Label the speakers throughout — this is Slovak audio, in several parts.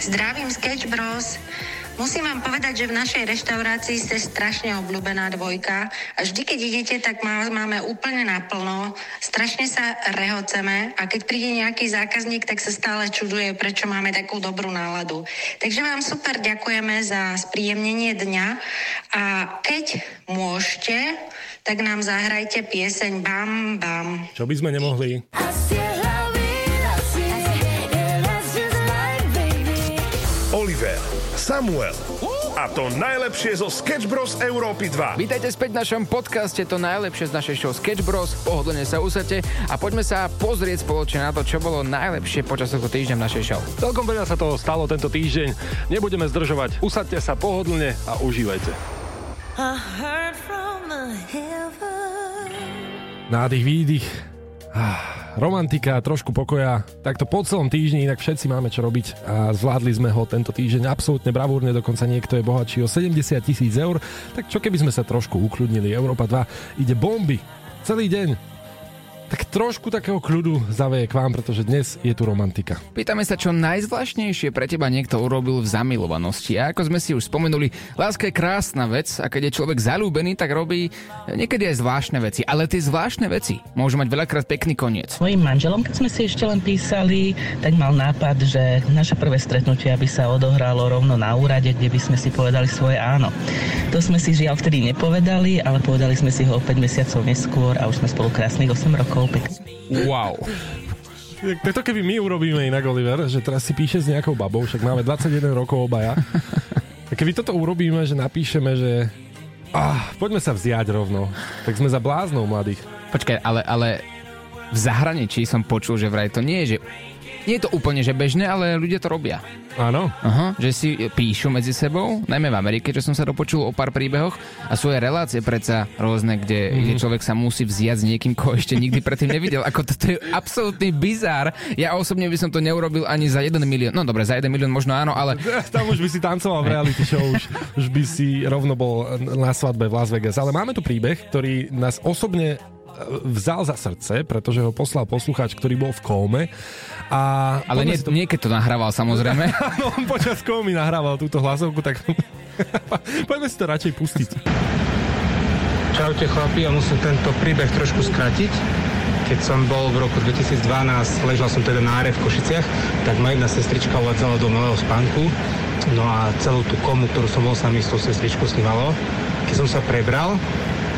Speaker 1: Zdravím Sketch Bros. Musím vám povedať, že v našej reštaurácii ste strašne obľúbená dvojka a vždy, keď idete, tak má, máme úplne naplno. Strašne sa rehoceme a keď príde nejaký zákazník, tak sa stále čuduje, prečo máme takú dobrú náladu. Takže vám super ďakujeme za spríjemnenie dňa a keď môžete, tak nám zahrajte pieseň Bam Bam.
Speaker 2: Čo by sme nemohli?
Speaker 3: Oliver, Samuel a to najlepšie zo Sketch Bros. Európy 2.
Speaker 4: Vítajte späť v našom podcaste, to najlepšie z našej show Sketch Bros. Pohodlne sa usadte a poďme sa pozrieť spoločne na to, čo bolo najlepšie počas tohto týždňa v našej show.
Speaker 2: Celkom veľa sa toho stalo tento týždeň. Nebudeme zdržovať. Usadte sa pohodlne a užívajte.
Speaker 5: I heard from the heaven.
Speaker 2: Nádych, výdych. Ah, Romantika, trošku pokoja. Takto po celom týždni, inak všetci máme čo robiť a zvládli sme ho tento týždeň absolútne bravúrne, dokonca niekto je bohatší o 70 tisíc eur. Tak čo keby sme sa trošku ukľudnili? Európa 2 ide bomby celý deň. Tak trošku takého kľudu zaveje k vám, pretože dnes je tu romantika.
Speaker 4: Pýtame sa, čo najzvláštnejšie pre teba niekto urobil v zamilovanosti. A ako sme si už spomenuli, láska je krásna vec a keď je človek zalúbený, tak robí niekedy aj zvláštne veci. Ale tie zvláštne veci môžu mať veľakrát pekný koniec.
Speaker 6: Mojim manželom, keď sme si ešte len písali, tak mal nápad, že naše prvé stretnutie by sa odohralo rovno na úrade, kde by sme si povedali svoje áno. To sme si žiaľ vtedy nepovedali, ale povedali sme si ho o 5 mesiacov neskôr a už sme spolu krásnych 8 rokov. Pekne.
Speaker 4: Wow.
Speaker 2: Tak to keby my urobíme inak, Oliver, že teraz si píše s nejakou babou, však máme 21 rokov obaja. A keby toto urobíme, že napíšeme, že ah, poďme sa vziať rovno, tak sme za bláznou mladých.
Speaker 4: Počkaj, ale, ale v zahraničí som počul, že vraj to nie je, že nie je to úplne že bežné, ale ľudia to robia.
Speaker 2: Áno.
Speaker 4: Aha, že si píšu medzi sebou, najmä v Amerike, čo som sa dopočul o pár príbehoch a sú aj relácie predsa rôzne, kde, mm. kde človek sa musí vziať s niekým, koho ešte nikdy predtým nevidel. Ako toto je absolútny bizár. Ja osobne by som to neurobil ani za 1 milión. No dobre, za 1 milión možno áno, ale
Speaker 2: Tam už by si tancoval v reality show, už, už by si rovno bol na svadbe v Las Vegas. Ale máme tu príbeh, ktorý nás osobne e, vzal za srdce, pretože ho poslal poslucháč, ktorý bol v kóme. A poďme
Speaker 4: ale nie,
Speaker 2: si to...
Speaker 4: nie keď to nahrával samozrejme.
Speaker 2: Áno, on počas koho mi nahrával túto hlasovku, tak poďme si to radšej pustiť.
Speaker 7: Čaute chlapi, ja musím tento príbeh trošku skratiť. Keď som bol v roku 2012, ležal som teda na áre v Košiciach, tak ma jedna sestrička uvádzala do malého spánku. No a celú tú komu, ktorú som bol sami s tou sestričkou snívalo. Keď som sa prebral,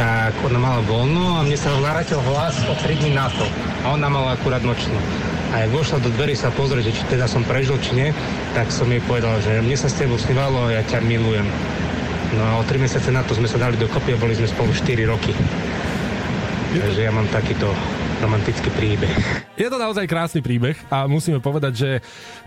Speaker 7: tak ona mala voľno a mne sa naratil hlas o 3 dní na to. A ona mala akurát nočnú. A jak vošla do dverí sa pozrieť, že či teda som prežil, či nie, tak som jej povedal, že mne sa s tebou snívalo a ja ťa milujem. No a o 3 mesiace na to sme sa dali dokopy a boli sme spolu 4 roky. Takže ja mám takýto romantický príbeh.
Speaker 2: Je to naozaj krásny príbeh a musíme povedať, že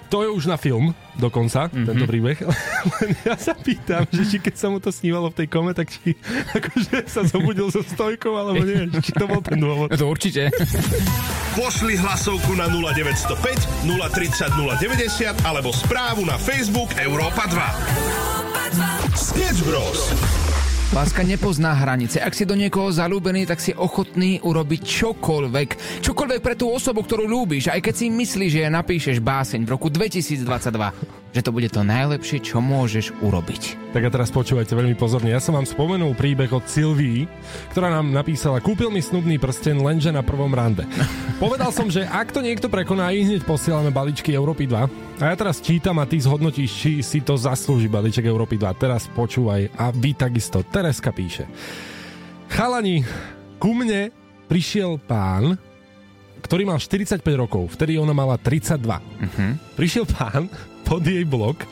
Speaker 2: to je už na film dokonca, mm-hmm. tento príbeh. Len ja sa pýtam, že či keď sa mu to snívalo v tej kome, tak či akože sa zobudil so stojkou, alebo nie, či to bol ten dôvod.
Speaker 4: No to určite.
Speaker 3: Pošli hlasovku na 0905 030 090 alebo správu na Facebook Európa 2. Sketch Bros.
Speaker 4: Láska nepozná hranice. Ak si do niekoho zalúbený, tak si ochotný urobiť čokoľvek. Čokoľvek pre tú osobu, ktorú ľúbiš. Aj keď si myslíš, že jej napíšeš báseň v roku 2022, že to bude to najlepšie, čo môžeš urobiť.
Speaker 2: Tak a teraz počúvajte veľmi pozorne. Ja som vám spomenul príbeh od Silvii, ktorá nám napísala, kúpil mi snubný prsten lenže na prvom rande. Povedal som, že ak to niekto prekoná, i hneď posielame balíčky Európy 2. A ja teraz čítam a ty zhodnotíš, či si to zaslúži balíček Európy 2. Teraz počúvaj a vy takisto. Tereska píše. Chalani, ku mne prišiel pán, ktorý mal 45 rokov, vtedy ona mala 32. Prišiel pán pod jej blok,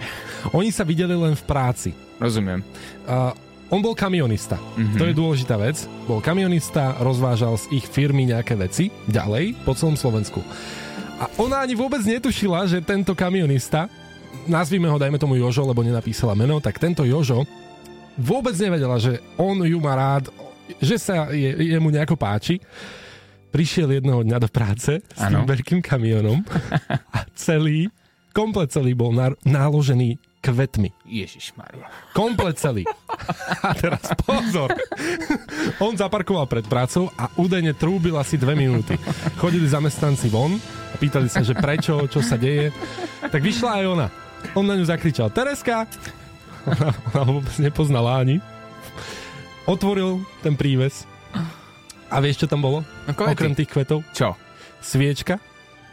Speaker 2: oni sa videli len v práci.
Speaker 4: Rozumiem.
Speaker 2: Uh, on bol kamionista. Mm-hmm. To je dôležitá vec. Bol kamionista, rozvážal z ich firmy nejaké veci ďalej po celom Slovensku. A ona ani vôbec netušila, že tento kamionista, nazvime ho dajme tomu Jožo, lebo nenapísala meno, tak tento Jožo vôbec nevedela, že on ju má rád, že sa je, jemu nejako páči. Prišiel jedného dňa do práce s tým
Speaker 4: Áno.
Speaker 2: veľkým kamionom a celý, komplet celý bol nar- náložený kvetmi.
Speaker 4: Ježiš Maria.
Speaker 2: Komplet celý. A teraz pozor. On zaparkoval pred prácou a údajne trúbil asi dve minúty. Chodili zamestnanci von a pýtali sa, že prečo, čo sa deje. Tak vyšla aj ona. On na ňu zakričal, Tereska! Ona, ona ho vôbec nepoznala ani. Otvoril ten príves. A vieš, čo tam bolo?
Speaker 4: No, kvety.
Speaker 2: Okrem tých kvetov.
Speaker 4: Čo?
Speaker 2: Sviečka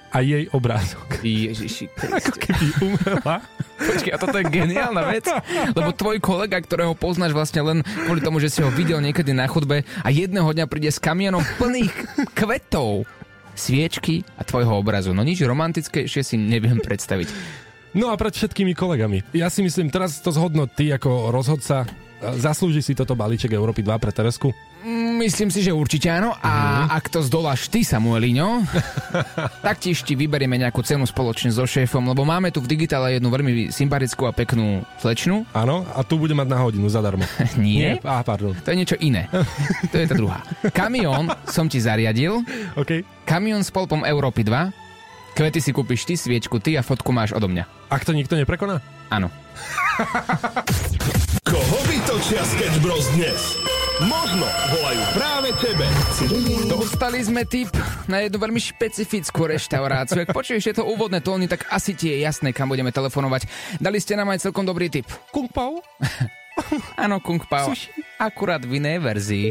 Speaker 2: a jej obrázok.
Speaker 4: Ježiši
Speaker 2: Ako keby umrela.
Speaker 4: Počkaj, a toto je geniálna vec, lebo tvoj kolega, ktorého poznáš vlastne len kvôli tomu, že si ho videl niekedy na chodbe a jedného dňa príde s kamionom plných kvetov, sviečky a tvojho obrazu. No nič romantickejšie si neviem predstaviť.
Speaker 2: No a pred všetkými kolegami. Ja si myslím, teraz to zhodno ty ako rozhodca. Zaslúži si toto balíček Európy 2 pre Teresku?
Speaker 4: Myslím si, že určite áno. A ak to zdoláš ty, Samuelino, tak tiež ti vyberieme nejakú cenu spoločne so šéfom, lebo máme tu v digitále jednu veľmi sympatickú a peknú slečnu.
Speaker 2: Áno, a tu bude mať na hodinu zadarmo.
Speaker 4: Nie?
Speaker 2: Á, pardon.
Speaker 4: To je niečo iné. To je tá druhá. Kamión som ti zariadil.
Speaker 2: OK.
Speaker 4: Kamión s polpom Európy 2. Kvety si kúpiš ty, sviečku ty a fotku máš odo mňa.
Speaker 2: Ak to nikto neprekoná?
Speaker 4: Áno.
Speaker 3: Koho vytočia Sketch Bros dnes? Možno volajú práve tebe.
Speaker 4: Dostali sme tip na jednu veľmi špecifickú reštauráciu. Ak počuješ tieto úvodné tóny, tak asi ti je jasné, kam budeme telefonovať. Dali ste nám aj celkom dobrý tip.
Speaker 2: Kung Pao?
Speaker 4: Áno, Kung Pao. Akurát v inej verzii.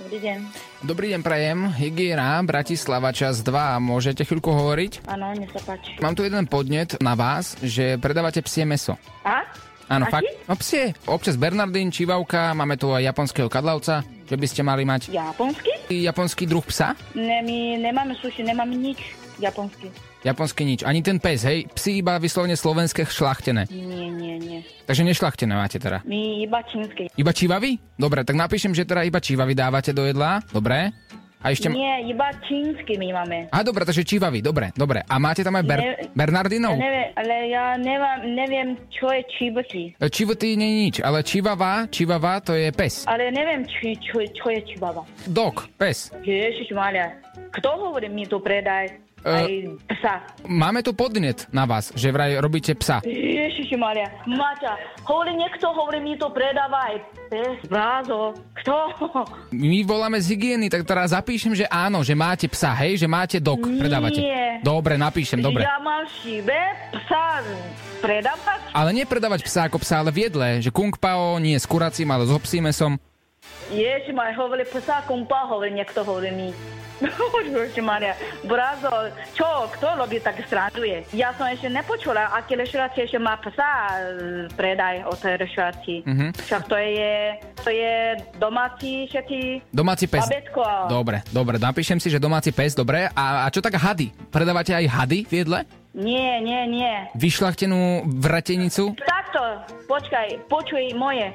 Speaker 8: Dobrý deň.
Speaker 4: Dobrý deň, Prajem. Hygiena, Bratislava, čas 2. Môžete chvíľku hovoriť?
Speaker 8: Áno, nech sa páči.
Speaker 4: Mám tu jeden podnet na vás, že predávate psie meso.
Speaker 8: A?
Speaker 4: Áno,
Speaker 8: Aký?
Speaker 4: fakt. No psie. Občas Bernardín, Čivavka, máme tu aj japonského kadlavca, že by ste mali mať
Speaker 8: Japonsky?
Speaker 4: japonský druh psa.
Speaker 8: Ne, my nemáme suši, nemáme nič japonsky.
Speaker 4: Japonský nič. Ani ten pes, hej. Psi iba vyslovene slovenské šlachtené.
Speaker 8: Nie, nie, nie.
Speaker 4: Takže nešlachtené máte teda.
Speaker 8: My iba čínske.
Speaker 4: Iba čivavy? Dobre, tak napíšem, že teda iba čivavy dávate do jedla. Dobre. A ešte...
Speaker 8: Nie, iba čínsky my máme.
Speaker 4: A dobre, takže čivavy, dobre, dobre. A máte tam aj Ber-
Speaker 8: Ne- Ja
Speaker 4: Bernardinov?
Speaker 8: neviem, ale ja nemám, neviem, čo je číbky.
Speaker 4: Čivotý E, nie je nič, ale čivava, čivava to je pes.
Speaker 8: Ale neviem, či, čo, čo je čibaba.
Speaker 4: Dog, pes. E,
Speaker 8: Ježišmaria, kto hovorí mi tu predaj aj psa?
Speaker 4: Máme tu podnet na vás, že vraj robíte psa.
Speaker 8: Ježišmaria, Maťa, hovorí niekto, hovorí mi to predáva aj pes, brázo, kto?
Speaker 4: My voláme z hygieny, tak teraz zapíšem, že áno, že máte psa, hej, že máte dog,
Speaker 8: Nie.
Speaker 4: predávate. Dobre, napíšem, dobre.
Speaker 8: Ja mám v šibe psa predávať?
Speaker 4: Ale nepredávať psa ako psa, ale v jedle, že kung pao nie s kuracím, ale s hopsím mesom.
Speaker 8: Ježišmaria, hovorí psa kumpa, hovorí niekto, hovorí mi. Ježišmaria, brázo, čo, kto robí tak sranduje? Ja som ešte nepočula, aké reštaurácie ešte má psa eh, predaj od tej reštaurácii.
Speaker 4: Mhm.
Speaker 8: Však to je, to je domáci všetci
Speaker 4: Domáci pes.
Speaker 8: babetko.
Speaker 4: Dobre, dobre, napíšem si, že domáci pes, dobre. A, a čo tak hady? Predávate aj hady v jedle?
Speaker 8: Nie, nie, nie.
Speaker 4: Vyšľachtenú vratenicu?
Speaker 8: Takto, počkaj, počuj moje.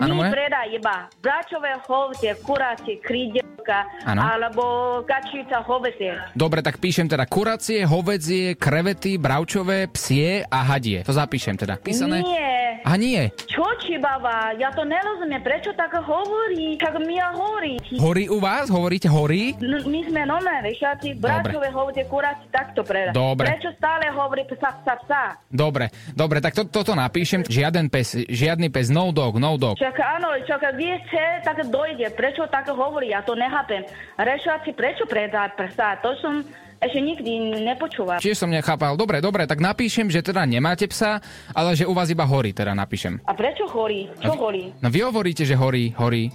Speaker 4: Áno,
Speaker 8: My
Speaker 4: moje?
Speaker 8: predaj iba bračové hovce, kuracie, krydelka,
Speaker 4: Áno.
Speaker 8: alebo kačica hovce.
Speaker 4: Dobre, tak píšem teda kuracie, hovedzie, krevety, bravčové, psie a hadie. To zapíšem teda. Písané?
Speaker 8: Nie,
Speaker 4: A nie.
Speaker 8: čo čibava, ja to nerozumiem, prečo tak hovorí, tak mi ja hovorí.
Speaker 4: Horí u vás? Hovoríte horí?
Speaker 8: N- My sme normálne rešiaci, bračové hovce, kuracie, takto predaj.
Speaker 4: Dobre.
Speaker 8: Prečo stále hovorí psa, psa, psa?
Speaker 4: Dobre, dobre, tak to, toto napíšem. Žiaden pes, žiadny pes, no dog, no dog.
Speaker 8: Čak áno, čak vy chce, tak dojde. Prečo tak hovorí? Ja to nechápem. Rešáci, prečo predá prsa? To som ešte nikdy nepočula.
Speaker 4: Tiež som nechápal. Dobre, dobre, tak napíšem, že teda nemáte psa, ale že u vás iba horí, teda napíšem.
Speaker 8: A prečo horí? Čo horí?
Speaker 4: No vy hovoríte, že horí, horí.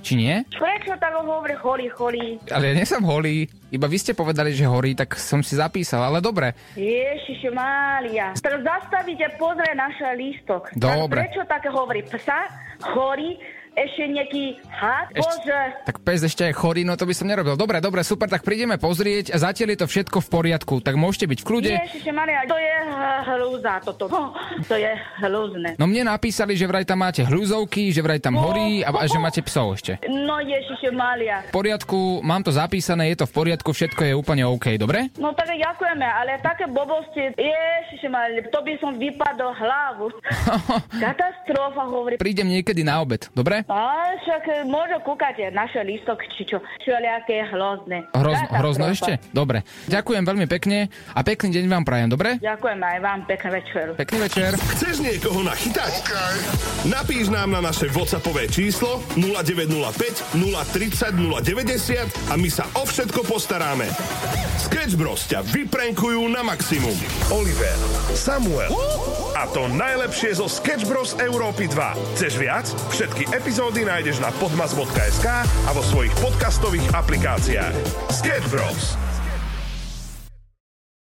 Speaker 4: Či nie?
Speaker 8: Prečo tak hovorí horí, horí?
Speaker 4: Ale ja nie som holý, iba vy ste povedali, že horí, tak som si zapísal, ale dobre.
Speaker 8: Ježiš Mária. Tak zastavíte, pozrie náš listok.
Speaker 4: Dobre.
Speaker 8: Tak prečo tak hovorí psa? Horí? Ešte nejaký had? Bože.
Speaker 4: Tak pes ešte je chorý, no to by som nerobil. Dobre, dobre, super, tak prídeme pozrieť a zatiaľ je to všetko v poriadku, tak môžete byť v kľude.
Speaker 8: Ježiš Mária, to je eh, hrúza toto. Ho, To je hrúzne.
Speaker 4: No mne napísali, že vraj tam máte hľuzovky, že vraj tam horí a, a že máte psov ešte.
Speaker 8: No Ježiš Mária.
Speaker 4: V poriadku, mám to zapísané, je to v poriadku, všetko je úplne OK, dobre?
Speaker 8: No tak ďakujeme, ale také blbosti, ježišmar, to by som vypadol hlavu. Katastrofa, hovorí.
Speaker 4: Prídem niekedy na obed, dobre? Dobre?
Speaker 8: A však e, môžu kúkať e, naše listok, či čo, všelijaké hrozné.
Speaker 4: Hroz,
Speaker 8: Katastrofa.
Speaker 4: hrozno ešte? Dobre. Ďakujem veľmi pekne a pekný deň vám prajem, dobre?
Speaker 8: Ďakujem aj vám, pekný večer.
Speaker 4: Pekný večer.
Speaker 3: Chceš niekoho nachytať? Okay. Napíš nám na naše WhatsAppové číslo 0905 030 090 a my sa o všetko postaráme. Sketch Bros ťa vyprenkujú na maximum. Oliver, Samuel a to najlepšie zo Sketch Bros Európy 2. Chceš viac? Všetky epizódy nájdeš na podmas.sk a vo svojich podcastových aplikáciách. Sketch Bros.